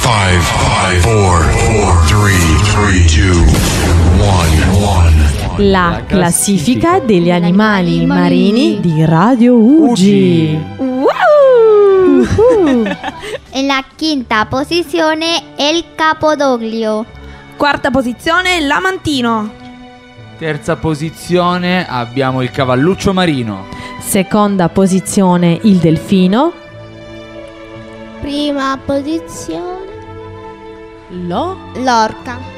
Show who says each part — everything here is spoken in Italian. Speaker 1: Five, five, four, four, three, three, two, one, one.
Speaker 2: La classifica degli animali
Speaker 3: animali
Speaker 2: marini
Speaker 3: marini.
Speaker 2: di Radio Ugi.
Speaker 3: ¡Wow!
Speaker 2: Uh.
Speaker 3: En la quinta posición, el capodoglio.
Speaker 4: Quarta posizione, l'amantino.
Speaker 5: Terza posizione abbiamo il cavalluccio marino.
Speaker 2: Seconda posizione il delfino.
Speaker 3: Prima posición,
Speaker 2: Lo
Speaker 3: l'orca.